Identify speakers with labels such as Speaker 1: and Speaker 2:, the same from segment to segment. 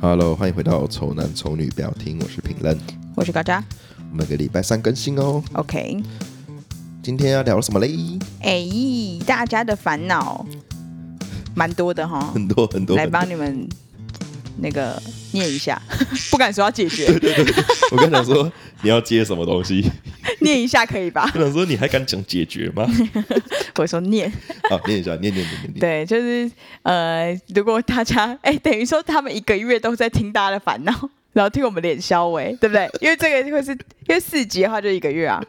Speaker 1: Hello，欢迎回到《丑男丑女》，不要听，我是评论。
Speaker 2: 我是高渣。
Speaker 1: 我们每个礼拜三更新哦。
Speaker 2: OK，
Speaker 1: 今天要聊什么嘞？
Speaker 2: 哎、大家的烦恼蛮多的哈，
Speaker 1: 很多很多。
Speaker 2: 来帮你们那个念 一下，不敢说要解决，
Speaker 1: 我刚想说 你要接什么东西，
Speaker 2: 念一下可以吧？
Speaker 1: 我想说你还敢讲解决 吗？
Speaker 2: 我说念，
Speaker 1: 好，念一下，念念念念念。
Speaker 2: 对，就是呃，如果大家哎、等于说他们一个月都在听大家的烦恼。然后听我们脸消维，对不对？因为这个会是，因为四集的话就一个月啊，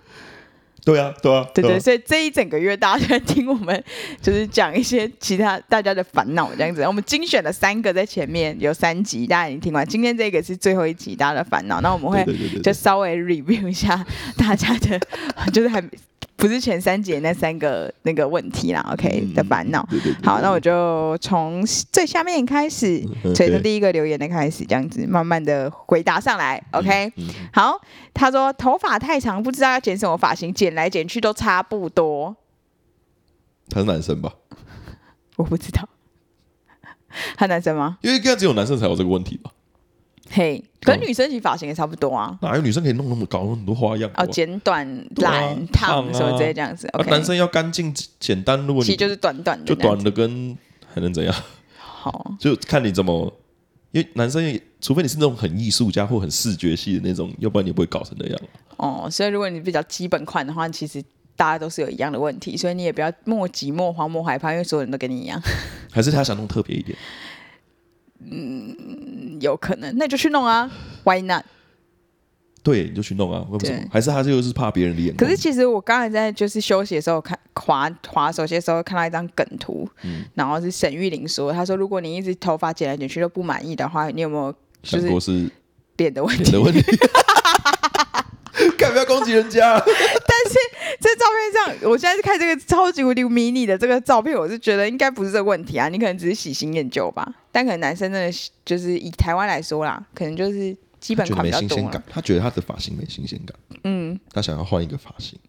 Speaker 1: 对啊，对啊，
Speaker 2: 对对，
Speaker 1: 啊
Speaker 2: 所以这一整个月大家就在听我们，就是讲一些其他大家的烦恼这样子。我们精选了三个在前面有三集，大家已经听完，今天这个是最后一集大家的烦恼，那我们会
Speaker 1: 对对对对对
Speaker 2: 就稍微 review 一下 大家的，就是还不是前三节那三个那个问题啦，OK
Speaker 1: 嗯
Speaker 2: 的烦恼。
Speaker 1: 对对对
Speaker 2: 好，那我就从最下面开始，
Speaker 1: OK
Speaker 2: 所以从第一个留言的开始，这样子慢慢的回答上来，OK。
Speaker 1: 嗯嗯
Speaker 2: 好，他说头发太长，不知道要剪什么发型，剪来剪去都差不多。
Speaker 1: 他是男生吧？
Speaker 2: 我不知道， 他男生吗？
Speaker 1: 因为应该只有男生才有这个问题吧？
Speaker 2: 嘿，跟女生其实发型也差不多啊。
Speaker 1: 哪有女生可以弄那么搞很多花样？
Speaker 2: 哦，剪短、
Speaker 1: 对啊
Speaker 2: 染、
Speaker 1: 烫啊
Speaker 2: 烫什么之类这样子。
Speaker 1: 啊，
Speaker 2: OK，
Speaker 1: 男生要干净简单。如果
Speaker 2: 其
Speaker 1: 你
Speaker 2: 实就是短短的，
Speaker 1: 就短。的跟还能怎样？
Speaker 2: 好，
Speaker 1: 就看你怎么，因为男生也，除非你是那种很艺术家或很视觉系的那种，要不然你不会搞成那样。
Speaker 2: 哦，所以如果你比较基本款的话，其实大家都是有一样的问题，所以你也不要莫急莫慌莫害怕，因为所有人都跟你一样，
Speaker 1: 还是他想弄特别一点？
Speaker 2: 有可能那你就去弄啊，Why not？
Speaker 1: 对，你就去弄啊，为什么
Speaker 2: 对？
Speaker 1: 还是他就是怕别人的眼
Speaker 2: 可
Speaker 1: 光？
Speaker 2: 是其实我刚才在就是休息的时候看滑滑手机的时候看到一张梗图，
Speaker 1: 嗯
Speaker 2: 然后是沈玉玲说，她说如果你一直头发剪来剪去都不满意的话，你有没有就
Speaker 1: 想
Speaker 2: 是
Speaker 1: 过是
Speaker 2: 脸的问
Speaker 1: 脸
Speaker 2: 题？
Speaker 1: 的问 题。干不要攻击人家？
Speaker 2: 这照片上，我现在是看这个超级无敌迷你的这个照片，我是觉得应该不是这个问题啊，你可能只是喜新厌旧吧。但可能男生真的是就是以台湾来说啦，可能就是基本
Speaker 1: 觉得
Speaker 2: 款
Speaker 1: 没
Speaker 2: 比较
Speaker 1: 新鲜
Speaker 2: 多啦
Speaker 1: 感，他觉得他的发型没新鲜感，嗯，他想要换一个发型。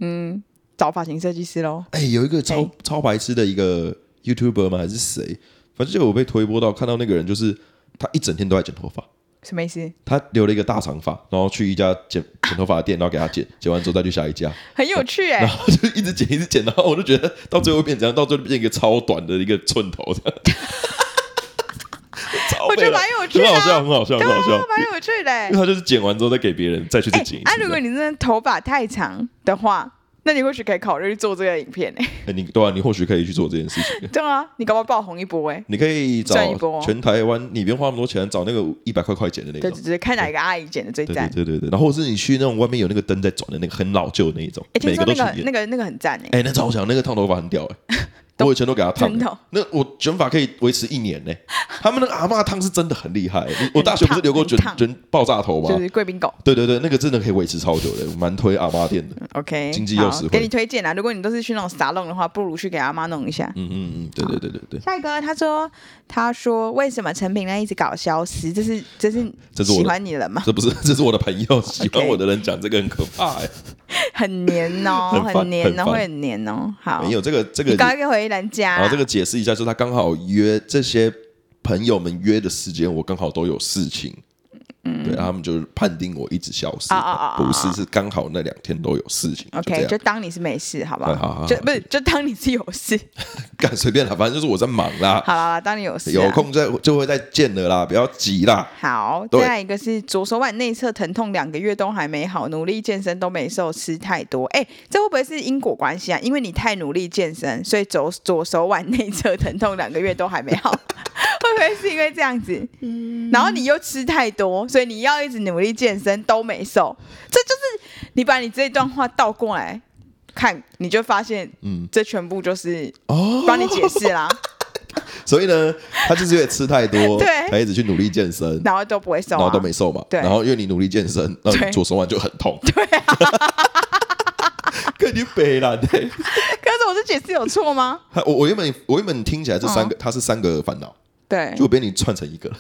Speaker 2: 找发型设计师喽。
Speaker 1: 哎、有一个超、
Speaker 2: 哎
Speaker 1: 超白痴的一个 YouTuber 吗？还是谁？反正就我被推播到，看到那个人就是他一整天都在剪头发，
Speaker 2: 什么意思？
Speaker 1: 他留了一个大长发，然后去一家剪剪头发的店，然后给他剪，剪完之后再去下一家，
Speaker 2: 很有趣 哎、
Speaker 1: 然后就一直剪一直剪，然后我就觉得到最后变怎样，到最后变一个超短的一个寸头 的，超
Speaker 2: 我
Speaker 1: 废
Speaker 2: 觉得
Speaker 1: 了
Speaker 2: 蛮有趣
Speaker 1: 很
Speaker 2: 的、
Speaker 1: 好
Speaker 2: 啊
Speaker 1: 笑，很，好笑，很好笑
Speaker 2: 啊，蛮有趣 的、欸
Speaker 1: 因为。他就是剪完之后再给别人再去再
Speaker 2: 哎，
Speaker 1: 剪一次
Speaker 2: 啊，
Speaker 1: 这
Speaker 2: 如果
Speaker 1: 样。
Speaker 2: 你真的头发太长的话，那你或许可以考虑做这个影片 诶、
Speaker 1: 哎，你对啊，你或许可以去做这件事情。
Speaker 2: 对啊，你搞不好爆红一波诶、欸
Speaker 1: 你可以找
Speaker 2: 赚一波
Speaker 1: 全台湾，你不用花那么多钱，找那个一百块块剪的那
Speaker 2: 对
Speaker 1: 种
Speaker 2: 对。对，看哪一个阿姨剪的最
Speaker 1: 对
Speaker 2: 赞
Speaker 1: 对。对对对，然后或是你去那种外面有那个灯在转的那个很老旧的那一种
Speaker 2: 哎、，听
Speaker 1: 每
Speaker 2: 说
Speaker 1: 个都
Speaker 2: 那
Speaker 1: 去
Speaker 2: 个
Speaker 1: 演
Speaker 2: 那。个那个很赞欸诶、
Speaker 1: 哎、那超强，那个烫头发很屌哎、我以前都给他烫
Speaker 2: 真的哦
Speaker 1: 欸。那我卷发可以维持一年呢、他们那个阿嬷烫是真的很厉害欸、我我大学不是留过卷
Speaker 2: 很烫
Speaker 1: 卷爆炸头吗？
Speaker 2: 就是贵宾狗
Speaker 1: 对对对，那个真的可以维持超久的，我蛮推阿妈店的。
Speaker 2: ，OK，
Speaker 1: 经济又
Speaker 2: 好
Speaker 1: 实惠
Speaker 2: 给你推荐啊！如果你都是去那种沙龙的话，不如去给阿妈弄一下。
Speaker 1: 嗯嗯嗯，对对对对对，
Speaker 2: 下一个，他说，他说为什么陈品呢一直搞消失？这是这是
Speaker 1: 这是我的
Speaker 2: 喜欢你的人吗？
Speaker 1: 这不是这是我的朋友，喜欢我的人讲这个很可怕哎、
Speaker 2: 很黏哦
Speaker 1: ，很烦
Speaker 2: 很黏
Speaker 1: 很
Speaker 2: 哦，
Speaker 1: 烦
Speaker 2: 会很黏哦。好，
Speaker 1: 没有这个这个
Speaker 2: 你，搞一个回人家
Speaker 1: 然
Speaker 2: 啦。
Speaker 1: 后这个解释一下，就是他刚好约这些朋友们约的时间，我刚好都有事情。
Speaker 2: 嗯
Speaker 1: 对，他们就是判定我一直消失，
Speaker 2: 啊啊啊啊啊
Speaker 1: 不是是刚好那两天都有事情。就这
Speaker 2: OK，
Speaker 1: 样
Speaker 2: 就当你是没事，好不好？
Speaker 1: 哎好好好
Speaker 2: 就不是，就当你是有事。
Speaker 1: 干随便啦，反正就是我在忙啦，
Speaker 2: 好啦，当你有事、啊。
Speaker 1: 有。空再就会再见了啦，不要急啦。
Speaker 2: 好，
Speaker 1: 对
Speaker 2: 再来一个是左手腕内侧疼痛两个月都还没好，努力健身都没瘦，吃太多。哎、这会不会是因果关系啊？因为你太努力健身，所以左左手腕内侧疼痛两个月都还没 好，会不会是因为这样子？
Speaker 1: 嗯
Speaker 2: 然后你又吃太多，所以你要一直努力健身都没瘦。这就是你把你这段话倒过来看，你就发现，嗯，这全部就是
Speaker 1: 哦
Speaker 2: 帮你解释 啦，
Speaker 1: 所以呢，他就是因为吃太多，
Speaker 2: 对
Speaker 1: 他一直去努力健身，
Speaker 2: 然后都不会瘦、
Speaker 1: 然
Speaker 2: 啊，
Speaker 1: 后都没瘦嘛。
Speaker 2: 对
Speaker 1: 然后因为你努力健身，那
Speaker 2: 对
Speaker 1: 你左手腕就很痛。 对啊，肯定北蓝的。
Speaker 2: 可是我这解释有错吗？
Speaker 1: 他 我我原本我原本听起来这三
Speaker 2: 嗯
Speaker 1: 个，他是三个烦恼，
Speaker 2: 对
Speaker 1: 就，我被你串成一个了，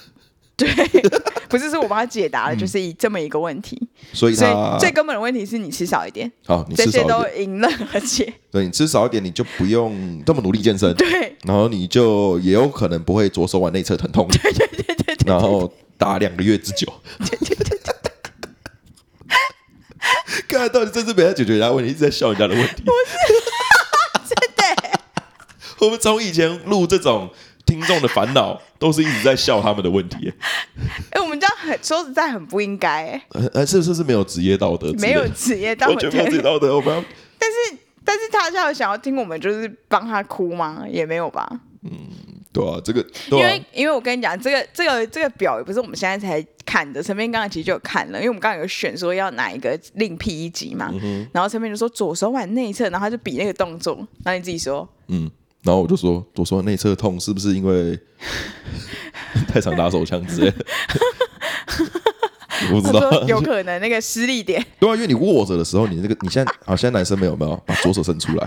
Speaker 2: 不是是我帮他解
Speaker 1: 嗯
Speaker 2: 答的，就是以这么一个问题。
Speaker 1: 所以
Speaker 2: 所
Speaker 1: 他
Speaker 2: 以最根本的问题是你吃少一点，
Speaker 1: 好，你
Speaker 2: 这
Speaker 1: 吃
Speaker 2: 些
Speaker 1: 少一
Speaker 2: 都
Speaker 1: 点，
Speaker 2: 迎刃而解。
Speaker 1: 对你吃少一点，你就不用这么努力健身，
Speaker 2: 对，
Speaker 1: 然后你就也有可能不会左手腕内侧疼痛，对对对对，然后达两个月之久。 看到底这次没在解决人家问题，一直在笑人家的问题。
Speaker 2: 真的耶，
Speaker 1: 我们从以前录这种听众的烦恼，都是一直在笑他们的问题，
Speaker 2: 哎，我们这样很说实在很不应该，哎，
Speaker 1: 呃呃，是是是没有职业道德之类的，
Speaker 2: 没有职业道
Speaker 1: 完全没有职业
Speaker 2: 德。
Speaker 1: 道德。我们要
Speaker 2: 但是但是他要想要听我们就是帮他哭吗？也没有吧，
Speaker 1: 对啊， 这个
Speaker 2: 因
Speaker 1: 对啊
Speaker 2: 为，因为我跟你讲，这个这个这个表也不是我们现在才看的，陈斌刚才其实就有看了，因为我们刚刚有选说要哪一个另辟一集
Speaker 1: 嗯
Speaker 2: 嘛，然后陈斌就说左手腕内侧，然后他就比那个动作，然后你自己说，
Speaker 1: 嗯。然后我就说，我说内侧痛是不是因 为太常打手枪之类的？我不知
Speaker 2: 他
Speaker 1: 道
Speaker 2: 说，有可能那个失力点，
Speaker 1: 对啊，因为你握着的时候，你那个你现在好，现在男生没有没有把左手伸出来，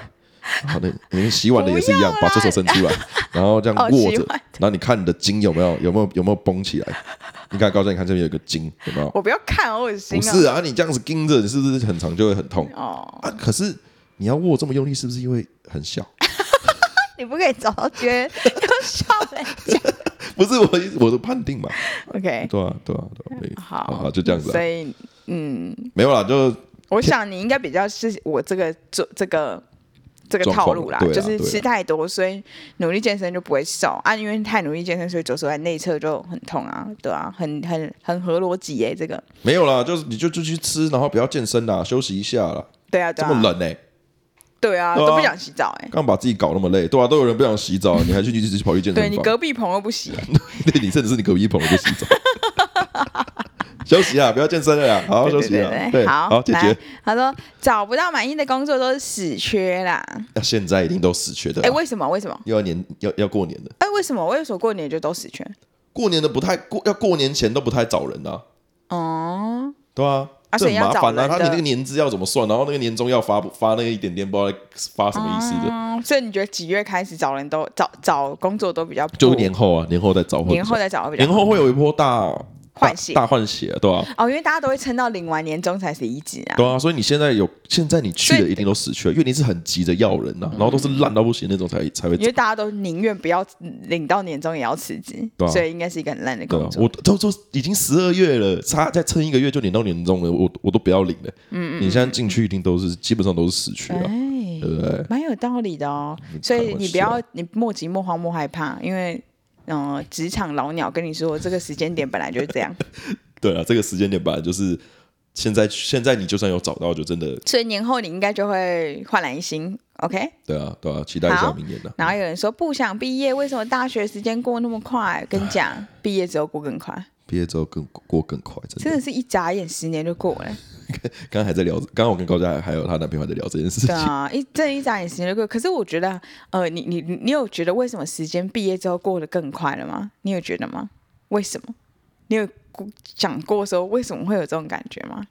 Speaker 1: 好，那你们洗碗的也是一样
Speaker 2: 不要，啦
Speaker 1: 把左手伸出来，然后这样
Speaker 2: 哦
Speaker 1: 握
Speaker 2: 洗
Speaker 1: 着
Speaker 2: 碗，
Speaker 1: 然后你看你的筋有没有有没有有没有绷起来？你看高正，你看这边有一个筋，有没有？
Speaker 2: 我不要看，好恶心
Speaker 1: 不
Speaker 2: 哦。
Speaker 1: 是啊，你这样子盯着，你是不是很长就会很痛
Speaker 2: 哦，
Speaker 1: 啊？可是你要握这么用力，是不是因为很小？
Speaker 2: 你不可以找到觉得要笑人家。
Speaker 1: 不是我我的判定嘛？
Speaker 2: OK，
Speaker 1: 对啊对啊对啊对啊，
Speaker 2: 好，
Speaker 1: 就这样子啊
Speaker 2: 所，以，嗯，
Speaker 1: 没有啦，就
Speaker 2: 我想你应该比较是我这个做这个这个
Speaker 1: 状
Speaker 2: 套
Speaker 1: 况
Speaker 2: 路啦，
Speaker 1: 对啊
Speaker 2: 就是
Speaker 1: 对啊
Speaker 2: 吃太多，所以努力健身就不会瘦啊，因为太努力健身，所以左手在内侧就很痛啊，对啊，很很很合逻辑耶、这个
Speaker 1: 没有啦，就是你就就去吃，然后不要健身啦，休息一下啦。
Speaker 2: 对啊，
Speaker 1: 这
Speaker 2: 对
Speaker 1: 么
Speaker 2: 啊，
Speaker 1: 冷呢、
Speaker 2: 对啊，
Speaker 1: 对啊
Speaker 2: 都不想洗澡哎、
Speaker 1: 刚把自己搞那么累，对啊，都有人不想洗 澡，你还去一直去跑去健身
Speaker 2: 对
Speaker 1: 房？
Speaker 2: 你隔壁朋友不洗、啊
Speaker 1: 对 你甚至是你隔壁朋友就洗澡。 休息啊，不要健身了啦，好好
Speaker 2: 对
Speaker 1: 休
Speaker 2: 对
Speaker 1: 息啊。
Speaker 2: 对
Speaker 1: 对，
Speaker 2: 对，好，
Speaker 1: 好解
Speaker 2: 来
Speaker 1: 决。
Speaker 2: 他说找不到满意的工作都是死缺啦。
Speaker 1: 那现在一定都死缺的
Speaker 2: 哎、
Speaker 1: 啦，
Speaker 2: 为什么？为什么？
Speaker 1: 又要年要要过年了，
Speaker 2: 哎、为什么？我有说过年就都死缺？
Speaker 1: 过年的不太过，要过年前都不太找人啊，
Speaker 2: 哦、
Speaker 1: 对啊，
Speaker 2: 啊
Speaker 1: 这
Speaker 2: 所
Speaker 1: 很
Speaker 2: 以要
Speaker 1: 麻烦啊。
Speaker 2: 找人的
Speaker 1: 他你那个年资要怎么算，然后那个年终要发发那个一点点，不知道在发什么意思的，
Speaker 2: 嗯，所以你觉得几月开始找人都找找工作都比较
Speaker 1: 就
Speaker 2: 不
Speaker 1: 年后啊，年后再找会比较，
Speaker 2: 年后再找会比较
Speaker 1: 年后会有一波大
Speaker 2: 换血
Speaker 1: 大大换血，啊对吧、
Speaker 2: 哦，因为大家都会撑到领完年终才离职啊。
Speaker 1: 对啊，所以你现在有现在你去
Speaker 2: 所
Speaker 1: 的
Speaker 2: 以嗯
Speaker 1: 一定都死去了，因为你是很急着要人啊呐、然后都是烂到不行那种才才会
Speaker 2: 因为大家都宁愿不要领到年终也要辞职，
Speaker 1: 对啊
Speaker 2: 所以应该是一个很烂的
Speaker 1: 对
Speaker 2: 工
Speaker 1: 啊，
Speaker 2: 作。
Speaker 1: 我都都已经十二月了，差再撑一个月就领到年终了，我我都不要领了。嗯嗯，你现在进去一定都是基本上都是死去啊，对
Speaker 2: 哎，
Speaker 1: 不对？
Speaker 2: 蛮有道理的哦。
Speaker 1: 嗯
Speaker 2: 所以你不要你莫急莫慌莫害怕，因为嗯、呃职场老鸟跟你说这个时间点本来就是这 样，
Speaker 1: 对啊，这个时间点本来就是现在，现在你就算有找到，就真的
Speaker 2: 所以年后你应该就会焕然一新。OK，
Speaker 1: 对啊对啊，期待一下
Speaker 2: 好
Speaker 1: 明年的、
Speaker 2: 然后有人说不想毕业，为什么大学时间过那么快？跟你讲，毕业之后过更快，
Speaker 1: 毕业之后更过更快，真
Speaker 2: 真
Speaker 1: 的。
Speaker 2: 的是一眨眼十年就过了。
Speaker 1: 刚刚还在聊，刚刚我跟高嘉还还有她男朋友还在聊这件事
Speaker 2: 对
Speaker 1: 情。
Speaker 2: 啊，一这一眨眼时间就过。可是我觉得，呃，你你你有觉得为什么时间毕业之后过得更快了吗？你有觉得吗？为什么？你有过想过说为什么会有这种感觉吗？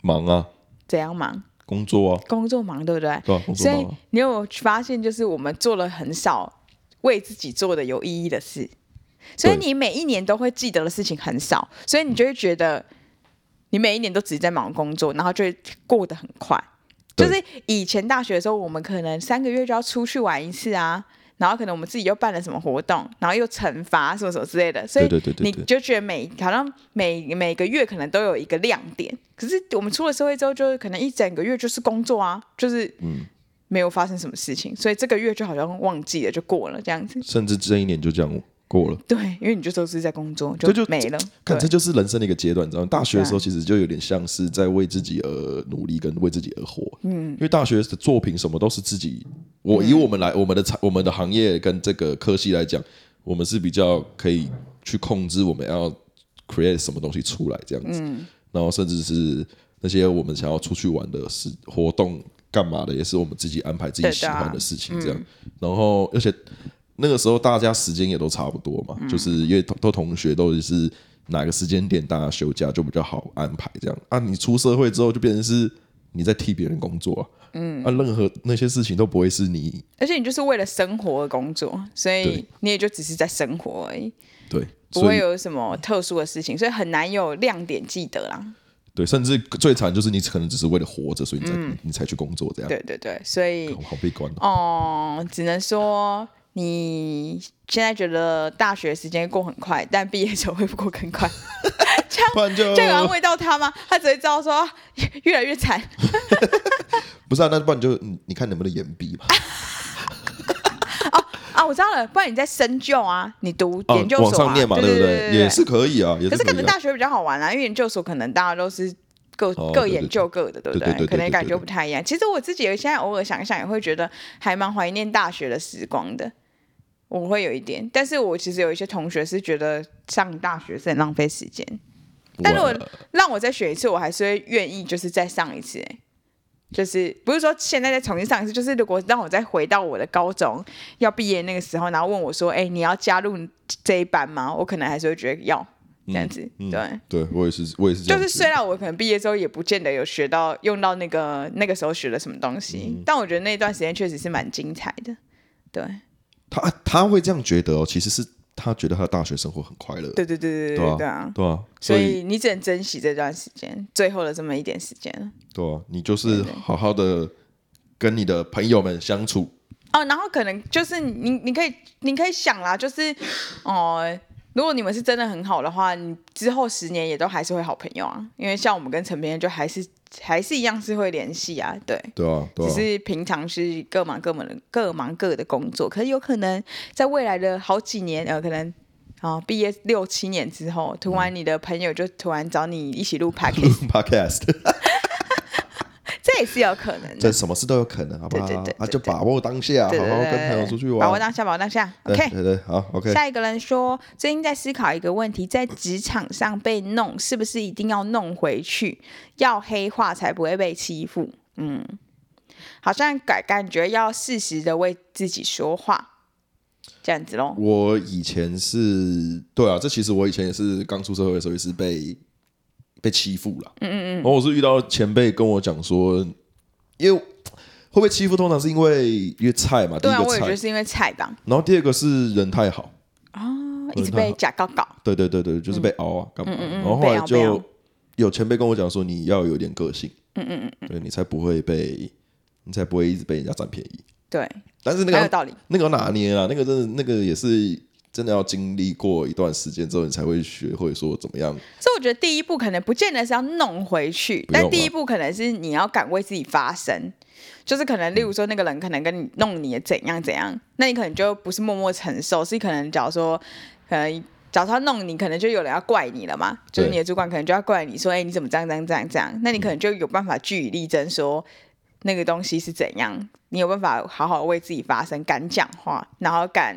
Speaker 1: 忙啊，
Speaker 2: 怎样忙？
Speaker 1: 工作啊，
Speaker 2: 工作忙，对不对？
Speaker 1: 对啊，工作
Speaker 2: 所
Speaker 1: 忙、
Speaker 2: 以
Speaker 1: 啊。
Speaker 2: 你有发现，就是我们做了很少为自己做的有意义的事，所以
Speaker 1: 对
Speaker 2: 你每一年都会记得的事情很少，所以你就会觉得你每一年都只是在忙工作，然后就会过得很快。就
Speaker 1: 对
Speaker 2: 是以前大学的时候，我们可能三个月就要出去玩一次啊，然后可能我们自己又办了什么活动，然后又惩罚什么什么之类的，所以
Speaker 1: 对对对对
Speaker 2: 你
Speaker 1: 对
Speaker 2: 就觉得每好像每每个月可能都有一个亮点。可是我们出了社会之后，就是可能一整个月就是工作啊，就是
Speaker 1: 嗯
Speaker 2: 没有发生什么事情，所以这个月就好像忘记了，就过了这样子。
Speaker 1: 甚至这一年就这样过了。
Speaker 2: 对，因为你就都是在工作，
Speaker 1: 这就
Speaker 2: 没了。
Speaker 1: 看，这
Speaker 2: 对啊
Speaker 1: 就是人生的一个阶段，你知道吗？大学的时候其实就有点像是在为自己而努力，跟为自己而活。嗯，因为大学的作品什么都是自己。
Speaker 2: 嗯
Speaker 1: 我以我们来，我们的产，我们的行业跟这个科系来讲，我们是比较可以去控制我们要 create 什么东西出来这样子。
Speaker 2: 嗯
Speaker 1: 然后甚至是那些我们想要出去玩的事活动干嘛的，也是我们自己安排自己
Speaker 2: 对
Speaker 1: 喜
Speaker 2: 的啊
Speaker 1: 欢的事情这样。
Speaker 2: 嗯
Speaker 1: 然后而且那个时候大家时间也都差不多
Speaker 2: 嗯
Speaker 1: 嘛，就是因为都都同学都是哪个时间点大家休假就比较好安排这样啊。你出社会之后就变成是你在替别人工作啊，嗯啊，任何那些事情都不会是你
Speaker 2: 而且你就是为了生活而工作，所以
Speaker 1: 对
Speaker 2: 你也就只是在生活而已，
Speaker 1: 对，
Speaker 2: 不
Speaker 1: 所
Speaker 2: 会
Speaker 1: 以
Speaker 2: 有什么特殊的事情，所以很难有亮点记得啦。
Speaker 1: 对，甚至最惨就是你可能只是为了活着，所以你才、你才去工作这样。
Speaker 2: 嗯对对对，所以
Speaker 1: 我好悲观哦！
Speaker 2: 哦、只能说 你现在觉得大学时间过很快，但毕业之后会不会过更快？这样
Speaker 1: 不然就
Speaker 2: 这样有安慰到他吗？他只会知道说越越来越惨，
Speaker 1: 不是啊，那不然就你你看能不能延毕嘛？
Speaker 2: 啊，我知道了，不然你在深究啊，你读
Speaker 1: 哦
Speaker 2: 研究所、啊
Speaker 1: 往上念嘛，
Speaker 2: 对
Speaker 1: 不
Speaker 2: 对
Speaker 1: 对？也是可以啊，也
Speaker 2: 可是可
Speaker 1: 以
Speaker 2: 能
Speaker 1: 啊。
Speaker 2: 大学比较好玩啦、因为研究所可能大家都是各、
Speaker 1: 哦
Speaker 2: 各
Speaker 1: 对对
Speaker 2: 研
Speaker 1: 对
Speaker 2: 究各的，对不
Speaker 1: 对对对对
Speaker 2: 可能感觉
Speaker 1: 对对
Speaker 2: 不太一样。其实我自己现在偶尔想一想，也会觉得还蛮怀念大学的时光的。我会有一点，但是我其实有一些同学是觉得上大学是很浪费时间，但是我
Speaker 1: 哇
Speaker 2: 让我再选一次，我还是会愿意，就是再上一次、欸。就是不是说现在再重新上一次，就是如果让我再回到我的高中要毕业那个时候，然后问我说：“哎、你要加入这一班吗？”我可能还是会觉得要这样子。
Speaker 1: 嗯
Speaker 2: 对，
Speaker 1: 对我也是，我也是这
Speaker 2: 就
Speaker 1: 样
Speaker 2: 是
Speaker 1: 子。
Speaker 2: 虽然我可能毕业之后也不见得有学到用到那个那个时候学的什么东西，
Speaker 1: 嗯
Speaker 2: 但我觉得那段时间确实是蛮精彩的。对，
Speaker 1: 他他会这样觉得哦，其实是他觉得他的大学生活很快乐，
Speaker 2: 对对对对
Speaker 1: 对
Speaker 2: 对
Speaker 1: 啊
Speaker 2: 对啊！
Speaker 1: 对啊，
Speaker 2: 所
Speaker 1: 所
Speaker 2: 以你只能珍惜这段时间，最后的这么一点时间了。
Speaker 1: 对啊，你就是好好的跟你的朋友们相处，
Speaker 2: 哦，然后可能就是你，你可以，你可以想啦，就是，哦、如果你们是真的很好的话，你之后十年也都还是会好朋友啊。因为像我们跟陈编就还是还是一样是会联系啊，对。
Speaker 1: 对啊，对
Speaker 2: 只
Speaker 1: 啊，
Speaker 2: 是平常是各忙各忙的，各忙各的工作，可是有可能在未来的好几年，呃，可能啊、哦毕业六七年之后，突然你的朋友就突然找你一起录 podcast，
Speaker 1: podcast，
Speaker 2: 这也是有可能
Speaker 1: 这
Speaker 2: 的。
Speaker 1: 什么事都有可能，好不好
Speaker 2: 对对对？
Speaker 1: 啊，
Speaker 2: 对
Speaker 1: 就
Speaker 2: 对
Speaker 1: 把握当下，好
Speaker 2: 对对
Speaker 1: 啊好
Speaker 2: 对
Speaker 1: 跟
Speaker 2: 对
Speaker 1: 朋友
Speaker 2: 对
Speaker 1: 出去
Speaker 2: 把握
Speaker 1: 玩。
Speaker 2: 当下，把握当下。
Speaker 1: 对
Speaker 2: OK，
Speaker 1: 对对，好，OK。
Speaker 2: 下一个人说，最近在思考一个问题，在职场上被弄，是不是一定要弄回去，要黑化才不会被欺负？嗯，好像感感觉要适时的为自己说话，这样子咯。
Speaker 1: 我以前是对啊，这其实我以前也是刚出社会的时候也是被被欺负了，嗯嗯嗯。然后我是遇到前辈跟我讲说，因为会被欺负，通常是因为因为菜嘛，第
Speaker 2: 对
Speaker 1: 一
Speaker 2: 啊，
Speaker 1: 个
Speaker 2: 我也觉
Speaker 1: 菜
Speaker 2: 得，是因为菜吧，
Speaker 1: 然后第二个是人太好，
Speaker 2: 一直被假搞搞。
Speaker 1: 对对对对，就是被熬啊，
Speaker 2: 嗯
Speaker 1: 干嘛？然后
Speaker 2: 被
Speaker 1: 后来
Speaker 2: 熬被
Speaker 1: 就
Speaker 2: 熬
Speaker 1: 有前辈跟我讲说，你要有点个性，嗯嗯嗯，对你才不会被你才不会一直被人家占便宜。
Speaker 2: 对，
Speaker 1: 但是那
Speaker 2: 很有
Speaker 1: 个
Speaker 2: 道理。
Speaker 1: 那个要拿捏啊，那个真的那个也是真的要经历过一段时间之后，你才会学会说怎么样。
Speaker 2: 所以我觉得第一步可能不见得是要弄回去，
Speaker 1: 不用
Speaker 2: 但
Speaker 1: 啊
Speaker 2: 第一步可能是你要敢为自己发声，就是可能例如说那个人可能跟你弄你怎样怎样，那你可能就不是默默承受，是可能假如说可能。假如他弄你，可能就有人要怪你了嘛，就是
Speaker 1: 对
Speaker 2: 你的主管可能就要怪你说，哎、你怎么这样这样这样这样？那你可能就有办法据理力争说那个东西是怎样，你有办法好好为自己发声，敢讲话，然后敢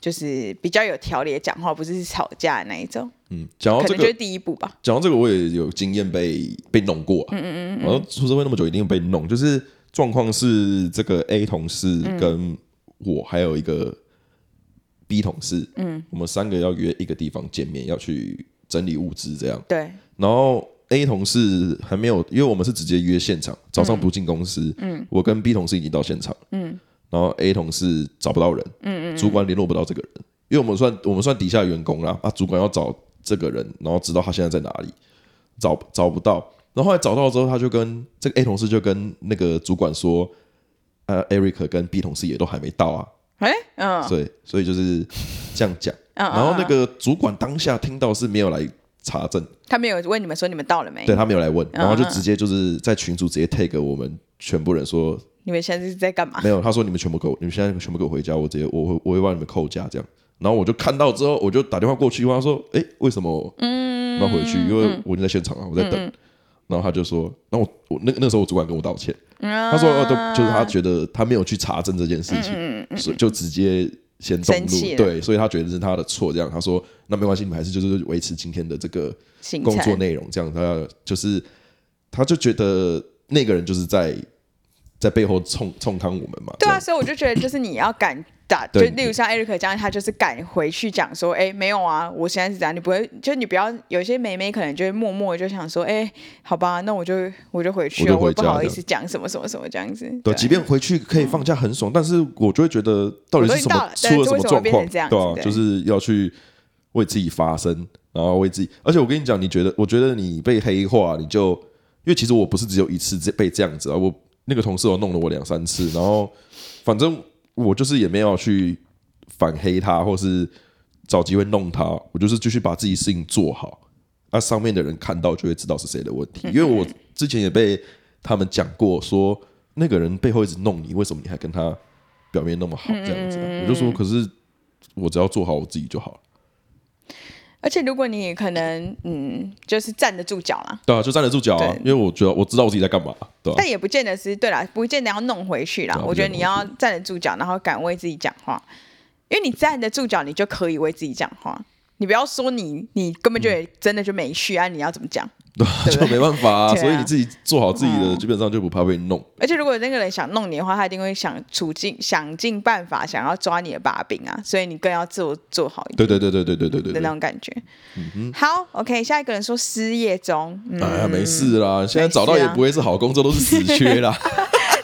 Speaker 2: 就是比较有条理的讲话，不是吵架的那一种，
Speaker 1: 嗯，讲到
Speaker 2: 可
Speaker 1: 这
Speaker 2: 能就是
Speaker 1: 个，
Speaker 2: 第一步吧。
Speaker 1: 讲到这个，我也有经验被被弄过、啊。嗯嗯嗯。然后出社会那么久，一定被弄。就是状况是这个 A 同事跟我还有一个 B 同事，嗯，我们三个要约一个地方见面，要去整理物资这样。
Speaker 2: 对，
Speaker 1: 然后 A 同事还没有，因为我们是直接约现场，早上不进公司。嗯，我跟 B 同事已经到现场。嗯，然后 A 同事找不到人。嗯嗯，主管联络不到这个人，因为我们算我们算底下员工啦，啊，主管要找这个人，然后知道他现在在哪里，找找不到。然后后来找到之后，他就跟这个 A 同事就跟那个主管说，呃，Eric 跟 B 同事也都还没到啊，啊
Speaker 2: 哎，嗯，
Speaker 1: 对，所以就是这样讲。
Speaker 2: 嗯
Speaker 1: 然后那
Speaker 2: 嗯嗯
Speaker 1: 个主管当下听到是没有来查证，
Speaker 2: 他没有问你们说你们到了没？
Speaker 1: 对他没有来问，
Speaker 2: 嗯
Speaker 1: 然后就直接就是在群组直接 take 我们全部人说
Speaker 2: 你们现在是在干嘛？
Speaker 1: 没有，他说你们全部给我，你们现在全部给我回家，我直接我会我会帮你们扣假这样。然后我就看到之后，我就打电话过去问他说，哎，为什么要回去？因
Speaker 2: 嗯
Speaker 1: 为我已经在现场了，我在等。然后他就说，那我我那那时候我主管跟我道歉，
Speaker 2: 啊
Speaker 1: 他说、呃、都就是他觉得他没有去查证这件事
Speaker 2: 嗯
Speaker 1: 情，所以就直接先动
Speaker 2: 生
Speaker 1: 怒
Speaker 2: 气，了
Speaker 1: 对，所以他觉得是他的错，这样他说那没关系，你们还是就是维持今天的这个
Speaker 2: 行
Speaker 1: 工作
Speaker 2: 程
Speaker 1: 内容，这样他就是他就觉得那个人就是在在背后冲冲康我们嘛，
Speaker 2: 对
Speaker 1: 这
Speaker 2: 啊，
Speaker 1: 样
Speaker 2: 所以我就觉得就是你要敢打，就
Speaker 1: 对
Speaker 2: 例如像 Eric 这样，他就是敢回去讲说，哎，没有啊，我现在是这样，你不会，就你不要有些妹妹可能就会默默就想说，哎，好吧，那我就我就回去了，
Speaker 1: 我就回
Speaker 2: 我也不
Speaker 1: 家
Speaker 2: 好
Speaker 1: 这
Speaker 2: 意
Speaker 1: 样
Speaker 2: 思讲什么什么什么这样子。
Speaker 1: 对，即便回去可以放假很爽，但是我就会觉得到底是什
Speaker 2: 我都已经到
Speaker 1: 么
Speaker 2: 了
Speaker 1: 出了什
Speaker 2: 对为什么
Speaker 1: 状
Speaker 2: 变
Speaker 1: 况，
Speaker 2: 成这样子
Speaker 1: 对啊，
Speaker 2: 对
Speaker 1: 就是要去为自己发声，然后为自己。而且我跟你讲，你觉得，我觉得你被黑化，你就因为其实我不是只有一次这被这样子啊，我那个同事我弄了我两三次，然后反正我就是也没有去反黑他，或是找机会弄他，我就是继续把自己事情做好。那、上面的人看到就会知道是谁的问题。因
Speaker 2: 嗯
Speaker 1: 为我之前也被他们讲过说，那个人背后一直弄你，为什么你还跟他表面那么
Speaker 2: 嗯
Speaker 1: 好这样子啊？我就说，可是我只要做好我自己就好了。
Speaker 2: 而且如果你可能嗯，就是站得住脚啦，
Speaker 1: 对啊，就站得住脚啊
Speaker 2: 对，
Speaker 1: 因为我觉得我知道我自己在干嘛，对吧、
Speaker 2: 但也不见得是对啦，不见得要弄回去啦。
Speaker 1: 对啊
Speaker 2: 我觉得你要站得住脚，然后敢为自己讲话，因为你站得住脚，你就可以为自己讲话。你不要说你，你根
Speaker 1: 嗯
Speaker 2: 本就也真的就没去啊！你要怎么讲？
Speaker 1: 啊？ 就没办法啊，
Speaker 2: 对啊嗯
Speaker 1: 所以你自己做好自己的，基本上就不怕被弄。
Speaker 2: 而且如果那个人想弄你的话，他一定会想处境，想尽办法想要抓你的把柄啊！所以你更要自我做好一点
Speaker 1: 对对对对对对对对
Speaker 2: 的
Speaker 1: 对嗯
Speaker 2: 那，种感觉。好，OK，下一个人说失业中，嗯，啊
Speaker 1: 哎呀，没事啦，现在找到也不会是好工作，都是死缺 啦。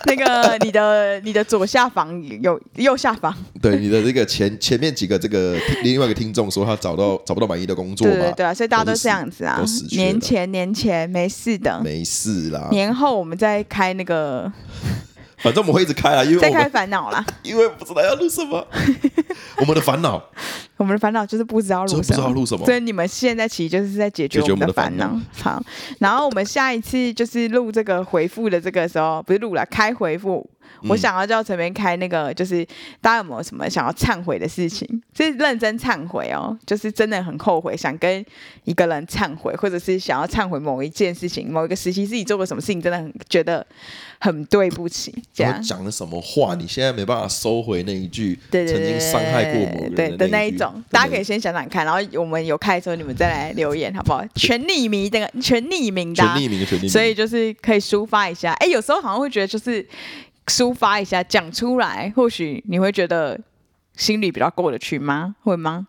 Speaker 2: 那个你的你的左下方有右下方，
Speaker 1: 对你的这个前前面几个这个另外一个听众说他找到找不到满意的工作
Speaker 2: 对
Speaker 1: 嘛，
Speaker 2: 对对啊，所以大家都
Speaker 1: 都
Speaker 2: 是这样子啊
Speaker 1: 都死。缺了
Speaker 2: 年前年前没事的，
Speaker 1: 没啊事啦，
Speaker 2: 年后我们再开那个
Speaker 1: 反正我们会一直开啊，因为
Speaker 2: 再
Speaker 1: 我
Speaker 2: 开
Speaker 1: 们
Speaker 2: 烦恼啦。
Speaker 1: 因为不知道要录什 么，我们的烦恼
Speaker 2: 我们的烦恼就是不知道
Speaker 1: 真
Speaker 2: 录
Speaker 1: 不知
Speaker 2: 什
Speaker 1: 道
Speaker 2: 么。
Speaker 1: 录什么
Speaker 2: 所，以你们现在其实就是在解决
Speaker 1: 解决
Speaker 2: 我们的
Speaker 1: 我们
Speaker 2: 烦
Speaker 1: 的
Speaker 2: 恼。好，然后我们下一次就是录这个回复的这个时候，不是录了开回复，我想要叫陈边开那个，就是大家有没有什么想要忏悔的事情？是认真忏悔哦，就是真的很后悔，想跟一个人忏悔，或者是想要忏悔某一件事情、某一个时期自己做过什么事情，真的很觉得很对不起，这
Speaker 1: 然
Speaker 2: 样
Speaker 1: 后。讲了什么话，你现在没办法收回那一句
Speaker 2: 对
Speaker 1: 曾
Speaker 2: 对对，
Speaker 1: 经伤害过某
Speaker 2: 对
Speaker 1: 人
Speaker 2: 的那
Speaker 1: 那
Speaker 2: 一
Speaker 1: 句
Speaker 2: 种，大家可以
Speaker 1: 对
Speaker 2: 先想想看，然后我们有开的时候，你们再来留言，好不好？全匿名的，全匿名的
Speaker 1: 全
Speaker 2: 啊、
Speaker 1: 匿名全匿名，
Speaker 2: 所以就是可以抒发一下。哎，有时候好像会觉得就是抒发一下，讲出来，或许你会觉得心里比较过得去吗？会吗？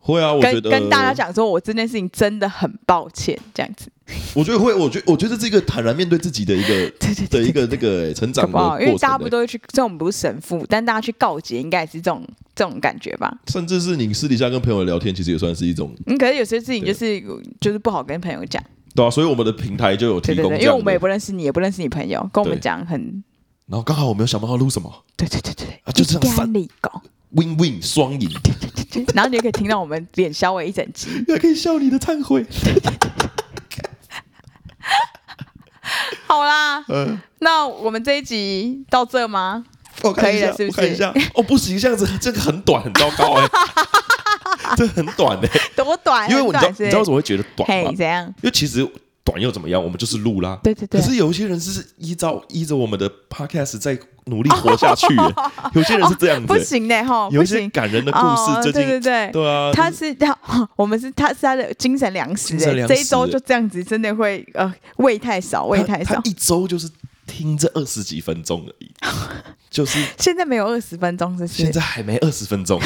Speaker 1: 会啊，我觉
Speaker 2: 跟
Speaker 1: 得
Speaker 2: 跟大家讲说，我这件事情真的很抱歉，这样 子，
Speaker 1: 我觉得会，我觉我觉得这是一个坦然面对自己的一 个
Speaker 2: 对对
Speaker 1: 的
Speaker 2: 对
Speaker 1: 一个那个欸成长的
Speaker 2: 搞
Speaker 1: 过
Speaker 2: 不好？
Speaker 1: 程
Speaker 2: 因
Speaker 1: 欸，
Speaker 2: 为大家不都会去，虽然我们不是神父，但大家去告解，应该也是这种这种感觉吧？
Speaker 1: 甚至是你私底下跟朋友聊天，其实也算是一种
Speaker 2: 嗯，可是有些事情就是就是不好跟朋友讲。
Speaker 1: 对啊，所以我们的平台就有提
Speaker 2: 对对
Speaker 1: 供
Speaker 2: 对，
Speaker 1: 这
Speaker 2: 因为
Speaker 1: 样
Speaker 2: 我们也
Speaker 1: 的。
Speaker 2: 不认识你，也不认识你朋友，跟我们
Speaker 1: 对
Speaker 2: 讲很，
Speaker 1: 然后刚好我没有想办法录什么
Speaker 2: 对对对对对，
Speaker 1: 啊就这样
Speaker 2: 一干
Speaker 1: 散
Speaker 2: 立狗，
Speaker 1: ，win win 双 赢，
Speaker 2: 然后你就可以听到我们脸消微一整集。
Speaker 1: 还可以笑你的忏悔。
Speaker 2: 好啦，
Speaker 1: 嗯，
Speaker 2: 那我们这一集到这吗？
Speaker 1: 我看一
Speaker 2: 可以
Speaker 1: 下
Speaker 2: 了，是不
Speaker 1: 我
Speaker 2: 是
Speaker 1: 看一下。哦，不行，这样子这个很短，很糟糕 哎，这很短哎，
Speaker 2: 多短，
Speaker 1: 因为我你
Speaker 2: 很
Speaker 1: 知道你
Speaker 2: 短是不是
Speaker 1: 知道为什么会觉得短吗
Speaker 2: 嘿，？怎样？
Speaker 1: 因为其实短又怎么样，我们就是录啦。
Speaker 2: 对对对
Speaker 1: 可是有一些人是依照依着我们的 podcast 在努力活下去 欸，有些人是这样子
Speaker 2: 哦不
Speaker 1: 欸，
Speaker 2: 行呢，吼，
Speaker 1: 有
Speaker 2: 不
Speaker 1: 一些
Speaker 2: 行。
Speaker 1: 感人的故
Speaker 2: 哦，
Speaker 1: 事，最
Speaker 2: 对对
Speaker 1: 近
Speaker 2: 对。
Speaker 1: 对啊，
Speaker 2: 他是 他，我们是他是他的精神粮食
Speaker 1: 精神
Speaker 2: 哎，
Speaker 1: 粮
Speaker 2: 这
Speaker 1: 食
Speaker 2: 一周就这样子，真的会呃胃太少，胃
Speaker 1: 他
Speaker 2: 太
Speaker 1: 他
Speaker 2: 少。
Speaker 1: 一周就是听这二十几分钟而 已，就是
Speaker 2: 现在没有二十分钟，是不
Speaker 1: 现
Speaker 2: 是？
Speaker 1: 在还没二十分钟。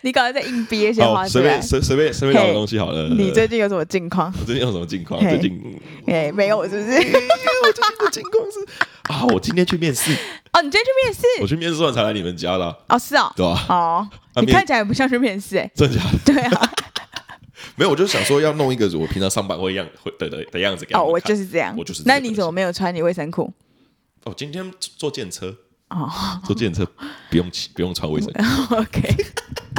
Speaker 2: 你搞得在硬憋一些
Speaker 1: 好，
Speaker 2: 话出
Speaker 1: 哦随
Speaker 2: 来
Speaker 1: 便。随随便随便聊个东西好了。
Speaker 2: 你最近有什么近况？
Speaker 1: 我最近有什么近况？
Speaker 2: 嘿
Speaker 1: 最近 嗯
Speaker 2: 哎、没有，是不是？
Speaker 1: 我最近的近况是啊，我今天去面试，
Speaker 2: 哦，你今天去面
Speaker 1: 我
Speaker 2: 试？
Speaker 1: 去面试完才来你们家啦，
Speaker 2: 哦，是哦。
Speaker 1: 对吧？
Speaker 2: 哦，
Speaker 1: 啊
Speaker 2: 你
Speaker 1: 面
Speaker 2: 看起来也不像去面试哎、
Speaker 1: 真的假的？
Speaker 2: 对啊，
Speaker 1: 没有，我就想说要弄一个我平常上班会样会的的的样子给他
Speaker 2: 哦，
Speaker 1: 们
Speaker 2: 我
Speaker 1: 看
Speaker 2: 就是这样。
Speaker 1: 我就是这
Speaker 2: 那
Speaker 1: 个
Speaker 2: 你
Speaker 1: 东
Speaker 2: 怎么
Speaker 1: 西
Speaker 2: 没有穿你卫生裤？
Speaker 1: 哦，今天坐电车，
Speaker 2: 哦
Speaker 1: 坐电车不用起不用穿卫 生裤。
Speaker 2: ，OK，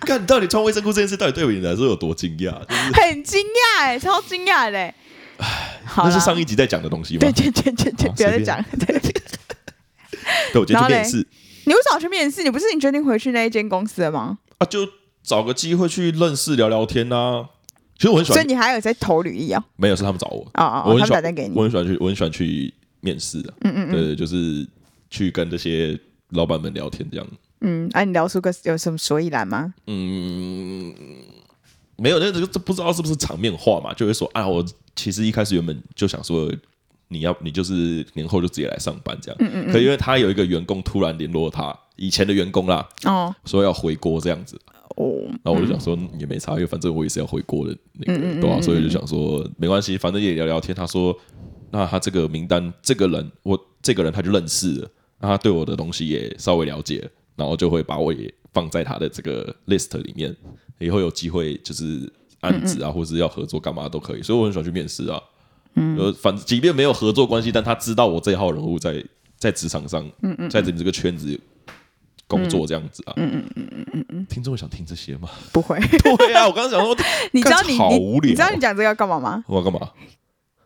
Speaker 1: 看你到底穿卫生裤这件事，到底对你来说有多惊讶？就是
Speaker 2: 很惊讶哎，超惊讶的、欸。好
Speaker 1: 那
Speaker 2: 啦
Speaker 1: 是上一集在讲的东西吗？
Speaker 2: 对对对对对，
Speaker 1: 好
Speaker 2: 不要
Speaker 1: 哦随
Speaker 2: 再
Speaker 1: 便
Speaker 2: 讲了。对，
Speaker 1: 对，我今天
Speaker 2: 然后
Speaker 1: 去面
Speaker 2: 嘞
Speaker 1: 试
Speaker 2: 你为什么要去面试？你不是已经决定回去那一间公司了吗？
Speaker 1: 啊，就找个机会去认识聊聊天呐、其实我很喜
Speaker 2: 所以
Speaker 1: 欢，
Speaker 2: 你还有在投履历啊？
Speaker 1: 没有是他们找我，
Speaker 2: 哦哦
Speaker 1: 我很
Speaker 2: 哦，他们
Speaker 1: 喜
Speaker 2: 打
Speaker 1: 欢
Speaker 2: 算给你
Speaker 1: 我。很喜欢去，我很喜欢去面试的、
Speaker 2: 嗯嗯嗯
Speaker 1: 对，就是去跟这些老板们聊天这样。
Speaker 2: 嗯，啊，你聊出个有什么所以然吗？
Speaker 1: 嗯，没有，那这这不知道是不是场面话嘛，就会说啊，我其实一开始原本就想说。你要你就是年后就直接来上班这样，嗯嗯可因为他有一个员工突然联络他以前的员工啦，
Speaker 2: 哦
Speaker 1: 说要回国这样子，
Speaker 2: 哦，
Speaker 1: 然后我就想说嗯也没差，因为反正我也是要回国的那个人，对吧、所以就想说没关系，反正也聊聊天。他说，那他这个名单，这个人我这个人他就认识了，那他对我的东西也稍微了解了，然后就会把我也放在他的这个 list 里面，以后有机会就是案子啊，或是要合作干嘛都可以。所以我很喜欢去面试啊，嗯，反即便没有合作关系，但他知道我这一号人物在在职场上，在你们这个圈子工作这样子嗯啊。嗯嗯嗯嗯嗯听众会想听这些吗？
Speaker 2: 不 会，
Speaker 1: 对啊，我刚刚想说，
Speaker 2: 你知道
Speaker 1: 干
Speaker 2: 你
Speaker 1: 好
Speaker 2: 你
Speaker 1: 无聊，哦
Speaker 2: 你知道你讲这个要干嘛吗？
Speaker 1: 我要干 嘛？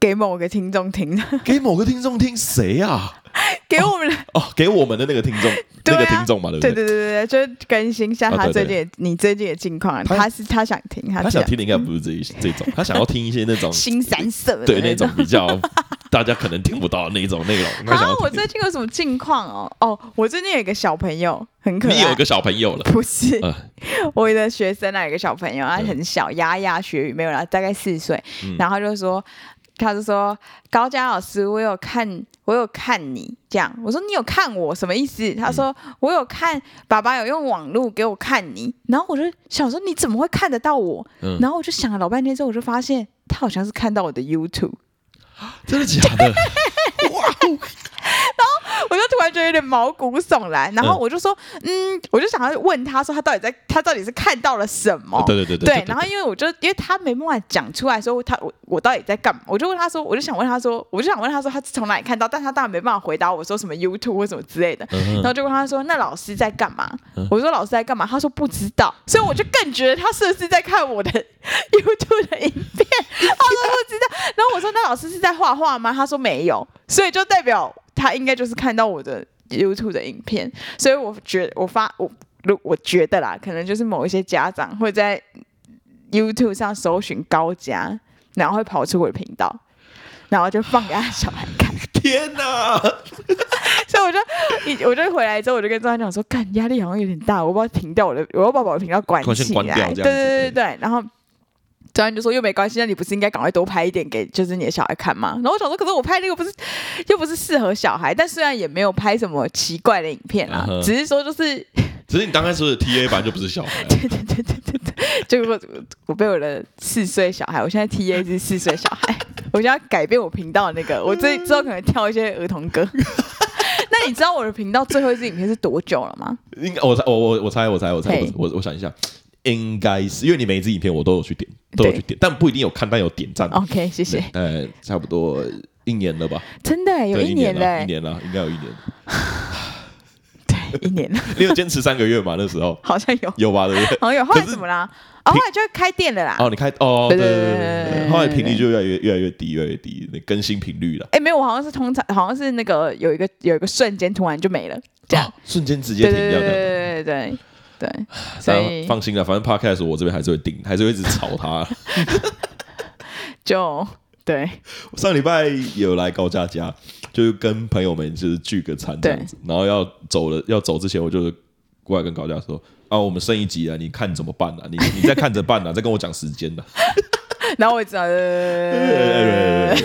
Speaker 2: 给某个听众听的，
Speaker 1: 给某个听众听谁啊？
Speaker 2: 给我们的，
Speaker 1: 哦，给我们的那个听众，
Speaker 2: 对
Speaker 1: 那
Speaker 2: 啊
Speaker 1: 个听众嘛，对不
Speaker 2: 对对对对对，就是更新一下
Speaker 1: 啊
Speaker 2: 他
Speaker 1: 对
Speaker 2: 最
Speaker 1: 对
Speaker 2: 近的你最近的近况啊。
Speaker 1: 他
Speaker 2: 他是他想听，他
Speaker 1: 他
Speaker 2: 是
Speaker 1: 想听的应该不是这一这种，他想要听一些那种
Speaker 2: 新三色的
Speaker 1: 对那种比较大家可能听不到的那一种内容。他想
Speaker 2: 啊
Speaker 1: 要，
Speaker 2: 我
Speaker 1: 听
Speaker 2: 最近有什么近况哦？哦，我最近有一个小朋友很可爱。
Speaker 1: 你有一个小朋友了，
Speaker 2: 不是、
Speaker 1: 呃
Speaker 2: 我的学生啊，有一个小朋友，他
Speaker 1: 嗯
Speaker 2: 很小，牙牙学语没有啦，大概四岁，然后他就说。他就说：“高佳老师，我有看，我有看你这样。”我说：“你有看我什么意思？”他说：“
Speaker 1: 嗯
Speaker 2: 我有看，爸爸有用网络给我看你。”然后我就想说：“你怎么会看得到我？”
Speaker 1: 嗯
Speaker 2: 然后我就想了老半天之后，我就发现他好像是看到我的 YouTube，
Speaker 1: 真的假 的？
Speaker 2: 我就突然觉得有点毛骨悚然。然后我就说：“嗯，我就想要问他说，他到底在，他到底是看到了什么？”
Speaker 1: 对对对
Speaker 2: 哦对
Speaker 1: 对，
Speaker 2: 然后因为我就因为他没办法讲出来说他我我到底在干嘛，我就问他说，我就想问他说，我就想问他说他是从哪里看到，但他当然没办法回答我说什么 YouTube 或什么之类的，
Speaker 1: 嗯
Speaker 2: 然后就问他说那老师在干嘛？我说老师在干嘛？他说不知道，所以我就更觉得他是不是在看我的 YouTube 的影片？他说不知道，然后我说那老师是在画画吗？他说没有，所以就代表他应该就是看到我的 YouTube 的影片，所以我觉我发我。如我觉得啦，可能就是某一些家长会在 YouTube 上搜寻高家，然后会跑出我的频道，然后就放给他小孩看。
Speaker 1: 天哪！
Speaker 2: 所以我就一我就回来之后，我就跟张翰讲说，干压力好像有点大，我不要停掉我的，我要把我的频道关
Speaker 1: 关
Speaker 2: 起
Speaker 1: 先
Speaker 2: 来。
Speaker 1: 关掉这样子
Speaker 2: 对对对对，然后。张翰就说又没关系，那你不是应该赶快多拍一点给就是你的小孩看吗？然后我想说，可是我拍那个不是又不是适合小孩，但虽然也没有拍什么奇怪的影片啊
Speaker 1: 嗯哼
Speaker 2: 只是说就是
Speaker 1: 只是你刚开始的 TA 版就不是小孩啊，
Speaker 2: 对对对对对对，结果我我被我的四岁小孩，我现在 T A 是四岁小孩，我就要改变我频道的那个，我这之后可能跳一些儿童歌。那你知道我的频道最后一支影片是多久了吗？
Speaker 1: 应该我猜我我我猜我猜我猜
Speaker 2: 嘿
Speaker 1: 我我想一下，应该是因为你每一支影片我都有去点，都有去点，但不一定有看，但有点赞。
Speaker 2: ？OK，谢谢。
Speaker 1: 呃，差不多一年了吧？
Speaker 2: 真的耶有
Speaker 1: 对，
Speaker 2: 一
Speaker 1: 一
Speaker 2: 年
Speaker 1: 了，
Speaker 2: 嘞
Speaker 1: 一，年了，应该有一年。
Speaker 2: 对，一年了，
Speaker 1: 你有坚持三个月嘛？那时候
Speaker 2: 好像有，
Speaker 1: 有吧？对不对？
Speaker 2: 好像有。后来
Speaker 1: 可是
Speaker 2: 怎么啦？哦，后来就开店了啦。
Speaker 1: 哦，你开哦，
Speaker 2: 对
Speaker 1: 对
Speaker 2: 对
Speaker 1: 对对
Speaker 2: 对对
Speaker 1: 对
Speaker 2: 对
Speaker 1: 对，后来频率就越来越越来越低，越来越低，那更新频率了。
Speaker 2: 哎，没有，我好像是通常，好像是那个有一个有一个瞬间突然就没了，这样
Speaker 1: 哦。瞬间直接
Speaker 2: 对
Speaker 1: 停
Speaker 2: 对
Speaker 1: 掉
Speaker 2: 对
Speaker 1: 这样。
Speaker 2: 对对对对对，所
Speaker 1: 但
Speaker 2: 以
Speaker 1: 放心了，反正 podcast 我这边还是会顶，还是会一直吵 他。
Speaker 2: 就对。
Speaker 1: 上礼拜有来高家家，就是跟朋友们就是聚个餐这样子，然后要走了，要走之前我就过来跟高家说啊，我们剩一集啊，你看怎么办啊？你你再看着办啊，再跟我讲时间的、
Speaker 2: 然后我也知道，呃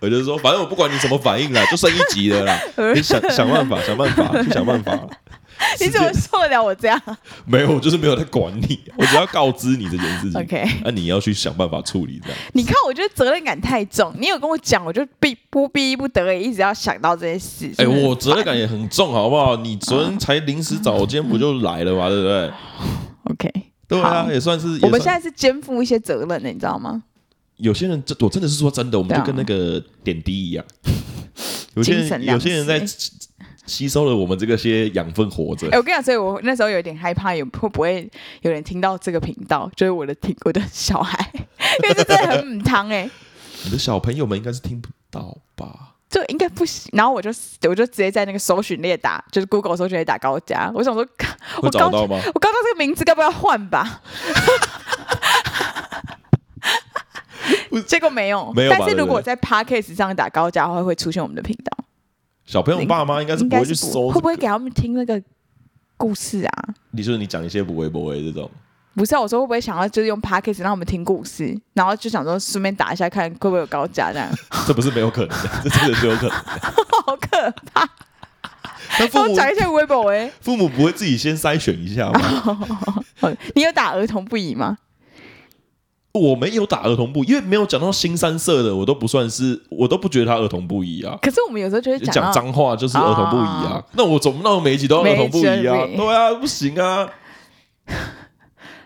Speaker 1: 我就说，反正我不管你什么反应啦，就剩一集了啦，你想想办法，想办法，去想办法。
Speaker 2: 你怎么受得了我这样？
Speaker 1: 没有，我就是没有在管你，我只要告知你这件事情。
Speaker 2: OK
Speaker 1: 那、你要去想办法处理这样。
Speaker 2: 你看，我觉得责任感太重。你有跟我讲，我就逼不逼不得已，一直要想到这些事。
Speaker 1: 哎、
Speaker 2: 真的很
Speaker 1: 我责任
Speaker 2: 烦
Speaker 1: 感也很重，好不好？你昨天才临时找，我今天不就来了嘛，对不对？
Speaker 2: OK。
Speaker 1: 对啊，
Speaker 2: 好
Speaker 1: 也算是。
Speaker 2: 我
Speaker 1: 也
Speaker 2: 们
Speaker 1: 算
Speaker 2: 现在是肩负一些责任的，你知道吗？
Speaker 1: 有些人，这我真的是说真的，我们
Speaker 2: 对啊
Speaker 1: 就跟那个点滴一样，有些
Speaker 2: 精神
Speaker 1: 人
Speaker 2: 粮
Speaker 1: 有
Speaker 2: 食
Speaker 1: 些人在吸吸收了我们这个些养分活着
Speaker 2: 哎、。我跟你讲，所以我那时候有点害怕，有会不会有人听到这个频道，就是我的听我的小孩， 因为这真的很母汤哎、
Speaker 1: 你的小朋友们应该是听不到吧？
Speaker 2: 就应该不行。然后我就我就直接在那个搜寻列打，就是 Google 搜寻列打高家，我想说，啊我
Speaker 1: 会
Speaker 2: 高
Speaker 1: 找
Speaker 2: 家
Speaker 1: 到吗？
Speaker 2: 我刚到这个名字，该不要换吧
Speaker 1: 不？
Speaker 2: 结果没有，
Speaker 1: 没有吧
Speaker 2: 但是如
Speaker 1: 对不对
Speaker 2: 果我在 podcast 上打高价的话，会出现我们的频道，
Speaker 1: 小朋友爸妈应该是
Speaker 2: 应
Speaker 1: 不
Speaker 2: 该
Speaker 1: 会
Speaker 2: 是
Speaker 1: 去
Speaker 2: 不
Speaker 1: 搜
Speaker 2: 会
Speaker 1: 这
Speaker 2: 不
Speaker 1: 个，
Speaker 2: 会给他们听那个故事啊？
Speaker 1: 你就是你讲一些不为不为这种，
Speaker 2: 不是、啊，我说会不会想要就是用 podcast 让我们听故事，然后就想说顺便打一下看会不会有高价 这样，
Speaker 1: 这不是没有可 能的，这真的是有可能。
Speaker 2: 好可怕！
Speaker 1: 但
Speaker 2: 跟
Speaker 1: 父
Speaker 2: 我
Speaker 1: 母
Speaker 2: 讲一些微博哎，
Speaker 1: 父母不会自己先筛选一下吗？
Speaker 2: 哦 你有打儿童不宜吗？
Speaker 1: 我没有打儿童不宜，因为没有讲到新三色的，我都不算是，我都不觉得他儿童不宜啊。
Speaker 2: 可是我们有时候就会讲
Speaker 1: 讲
Speaker 2: 到
Speaker 1: 脏话就是儿童不宜啊
Speaker 2: 啊。
Speaker 1: 那我总不能每一集都要儿童不
Speaker 2: 每一集
Speaker 1: 宜
Speaker 2: 都
Speaker 1: 啊
Speaker 2: 不？宜
Speaker 1: 对啊，不行啊。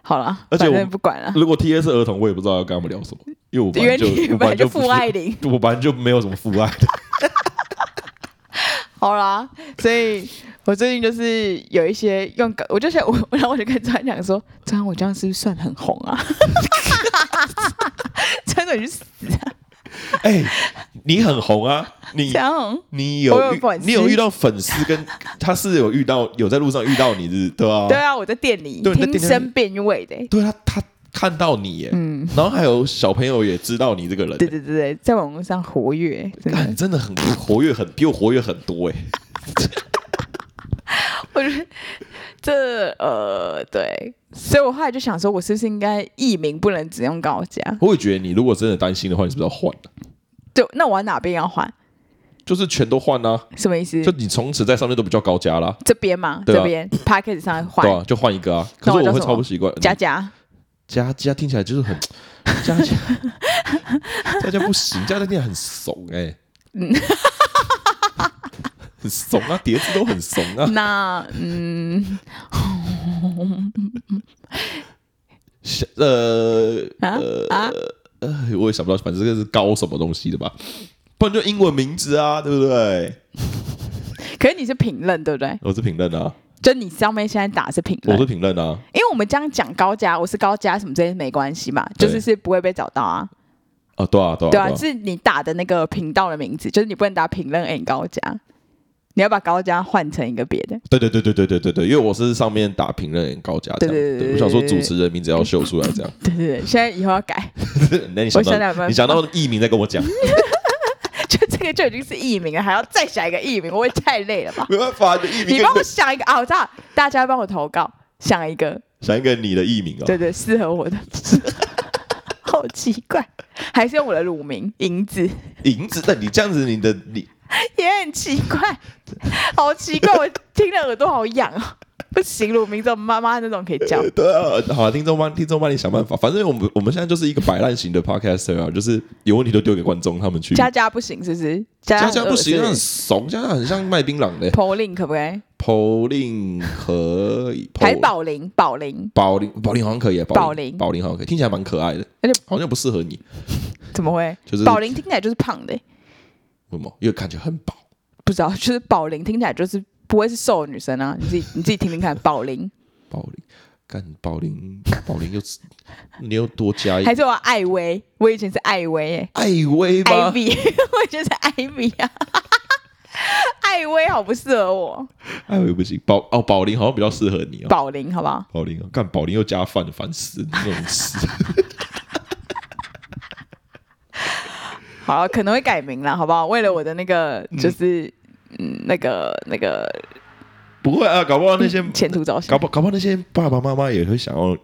Speaker 2: 好了，
Speaker 1: 而且
Speaker 2: 反
Speaker 1: 我
Speaker 2: 正不管了，
Speaker 1: 如果 T A 是儿童，我也不知道要跟他们聊什么，因为我本来
Speaker 2: 原
Speaker 1: 就
Speaker 2: 理
Speaker 1: 我
Speaker 2: 本来
Speaker 1: 本来
Speaker 2: 就
Speaker 1: 就不
Speaker 2: 父
Speaker 1: 是
Speaker 2: 爱，玲。
Speaker 1: 我本来就没有什么父爱的。
Speaker 2: 好啦，所以我最近就是有一些用稿，我就想我，然后我就跟张翰讲说，张翰，我这样是不是算很红啊？ 真的去死啊！
Speaker 1: 哎、你很红啊，你
Speaker 2: 张红，
Speaker 1: 你
Speaker 2: 我
Speaker 1: 有
Speaker 2: 有
Speaker 1: 遇
Speaker 2: 粉丝
Speaker 1: 你有遇到粉丝跟 他是有遇到有在路上遇到你是，对吧、
Speaker 2: 对啊，我在店里
Speaker 1: 对你在店
Speaker 2: 听
Speaker 1: 里
Speaker 2: 声辨位的欸、
Speaker 1: 对他啊他看到你耶，然后还有小朋友也知道你这个人，
Speaker 2: 嗯对对对对，在网络上活跃，真的
Speaker 1: 干，真的很活跃很，比我活跃很多哎。
Speaker 2: 我觉得这呃对，所以我后来就想说，我是不是应该艺名不能只用高家？
Speaker 1: 我也觉得你如果真的担心的话，你是不是要换、啊？
Speaker 2: 对，那我要哪边要换？
Speaker 1: 就是全都换啊，
Speaker 2: 什么意思
Speaker 1: 就？你从此在上面都不叫高家啦，
Speaker 2: 这边吗？
Speaker 1: 对啊
Speaker 2: 这边 p a c k a g e 上
Speaker 1: 对
Speaker 2: 换
Speaker 1: 啊，就换一个啊。可
Speaker 2: 那我
Speaker 1: 是我
Speaker 2: 叫
Speaker 1: 会
Speaker 2: 什么
Speaker 1: 超不习惯，
Speaker 2: 佳佳，
Speaker 1: 家家听起来就是 很家家家家不行，家家听起来很怂哎、
Speaker 2: 嗯
Speaker 1: 很怂啊，碟子都很怂啊，
Speaker 2: 那嗯
Speaker 1: 小呃
Speaker 2: 啊啊，
Speaker 1: 呃，我也想不到，反正这个是高什么东西的吧，不然就英文名字啊，对不对？
Speaker 2: 可是你是评论对不对？
Speaker 1: 我是评论啊，
Speaker 2: 就你上面现在打是评
Speaker 1: 我
Speaker 2: 论
Speaker 1: 是，评论啊，
Speaker 2: 因为我们这样讲高家，我是高家什么这些没关系嘛，
Speaker 1: 对
Speaker 2: 就是是不会被找到啊，
Speaker 1: 啊，对啊，对啊，
Speaker 2: 对啊，是你打的那个频道的名字，就是你不能打评论 and 高家，你要把高家换成一个别的。
Speaker 1: 对对对对对对对对，因为我是上面打评论很高价这样，
Speaker 2: 对对对对
Speaker 1: 我想说
Speaker 2: 对
Speaker 1: 主
Speaker 2: 对
Speaker 1: 持人名字要秀出来这样。
Speaker 2: 对对对，现在以后要改，
Speaker 1: 那你想
Speaker 2: 我想想有没
Speaker 1: 到
Speaker 2: 有
Speaker 1: 你想到艺名再跟我讲，
Speaker 2: 就这个就已经是艺名了，还要再想一个艺名，我也太累了 吧？
Speaker 1: 没办法，你艺名
Speaker 2: 你
Speaker 1: 跟
Speaker 2: 帮我想一个啊！我知道，大家帮我投稿，想一个，
Speaker 1: 想一个你的艺名哦。
Speaker 2: 对对，适合我的。 好奇怪，还是用我的乳名银子，
Speaker 1: 银子，那你这样子，你的你
Speaker 2: 也很奇怪，好奇怪，我听了耳朵好痒啊！不行，乳名只有妈妈那种可以叫。
Speaker 1: 对啊，好啊，听众帮听众帮你想办法，反正我们我们现在就是一个摆烂型的 podcaster 啊，就是有问题都丢给观众他们去。
Speaker 2: 佳佳不行是不呃是？佳
Speaker 1: 家家不行，啊很
Speaker 2: 很
Speaker 1: 怂，家家很像卖槟榔的。
Speaker 2: Pauline 可不可以？
Speaker 1: Pauline 可以，
Speaker 2: 还是
Speaker 1: Paul-
Speaker 2: 宝林，宝林
Speaker 1: 宝林宝林好像可以啊，
Speaker 2: 宝
Speaker 1: 林
Speaker 2: 林
Speaker 1: 宝林好像可以，听起来蛮可爱的，
Speaker 2: 而且
Speaker 1: 好像不适合你，
Speaker 2: 怎么会？
Speaker 1: 就是
Speaker 2: 宝林听起来就是胖的欸、
Speaker 1: 为什么？因为看起来很饱。
Speaker 2: 不知道，就是宝玲听起来就是不会是瘦的女生啊，你自己你自己听听看，宝玲
Speaker 1: 宝林，干宝林，宝林又吃，你又多加一
Speaker 2: 还是我艾薇，我以前是艾薇、欸，
Speaker 1: 艾薇
Speaker 2: 艾
Speaker 1: 吗？
Speaker 2: 薇， 我以前是艾薇啊， 艾薇好不适合我，
Speaker 1: 艾薇不行，宝哦，宝林好像比较适合你哦。
Speaker 2: 宝玲好不好？
Speaker 1: 宝林哦，干宝林又加饭，烦死那种事。
Speaker 2: 好了，可能会改名了，好不好？为了我的那个就是嗯那个那个
Speaker 1: 不会啊，搞不好那些，
Speaker 2: 前途着想
Speaker 1: 搞，不搞不好那些爸爸妈妈也会想要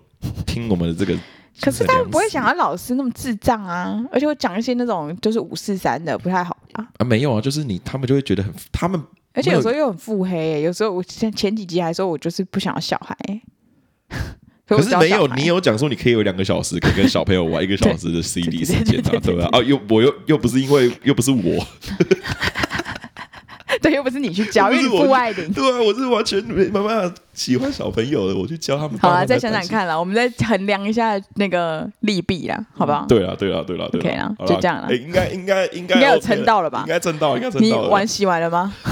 Speaker 1: 听我们的这个。
Speaker 2: 可是他们不会想
Speaker 1: 啊
Speaker 2: 要老师那么智障啊，而且我讲一些那种就是五四三的不太好啊。
Speaker 1: 没有啊，就是你他们就会觉得很，他们
Speaker 2: 而且有时候
Speaker 1: 没
Speaker 2: 又很腹黑、欸，有时候我前前几集还说我就是不想要小孩、 欸，所以
Speaker 1: 可
Speaker 2: 我只
Speaker 1: 是
Speaker 2: 要
Speaker 1: 没有
Speaker 2: 小孩
Speaker 1: 你有讲说你可以有两个小时可以跟小朋友玩一个小时的 CD 时间啊，对吧？啊，又我又又不是因为又不是我，
Speaker 2: 对，又不是你去教，
Speaker 1: 不
Speaker 2: 因
Speaker 1: 是
Speaker 2: 为你
Speaker 1: 我
Speaker 2: 父爱你。
Speaker 1: 对啊，我是完全没办法喜欢小朋友的，我去教他们。
Speaker 2: 好
Speaker 1: 啊，
Speaker 2: 了，再想想。看了，我们再衡量一下那个利弊啦，好不好？
Speaker 1: 对啊，对啊，对啊，对
Speaker 2: OK
Speaker 1: 啊
Speaker 2: 啦，
Speaker 1: 好啦
Speaker 2: 就这样啦
Speaker 1: 诶应该应该应该
Speaker 2: 应该有
Speaker 1: OK
Speaker 2: 撑到了吧
Speaker 1: 应该撑到，应该撑
Speaker 2: 你
Speaker 1: 到了。
Speaker 2: 玩洗完了吗？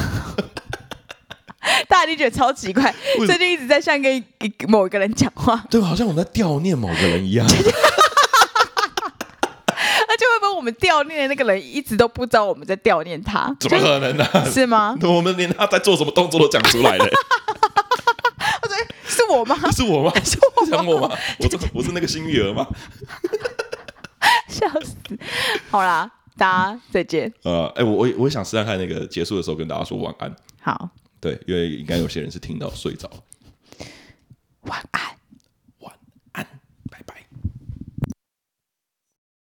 Speaker 2: 大家一定觉得超奇怪
Speaker 1: 为什么，
Speaker 2: 最近一直在像跟一一某一个人讲话，
Speaker 1: 对，好像我们在悼念某个人一样。
Speaker 2: 而且会不会我们悼念的那个人一直都不知道我们在悼念他？
Speaker 1: 怎么
Speaker 2: 就是
Speaker 1: 可能呢、啊？
Speaker 2: 是吗？
Speaker 1: 我们连他在做什么动作都讲出来了、
Speaker 2: 是我吗？
Speaker 1: 是我吗？
Speaker 2: 是我
Speaker 1: 是讲我吗？我是我是那个新女儿吗？
Speaker 2: 笑死！好啦，大家再见。
Speaker 1: 呃，哎、我我也我也想试探看那个结束的时候跟大家说晚安。
Speaker 2: 好。
Speaker 1: 对，因为应该有些人是听到睡着了。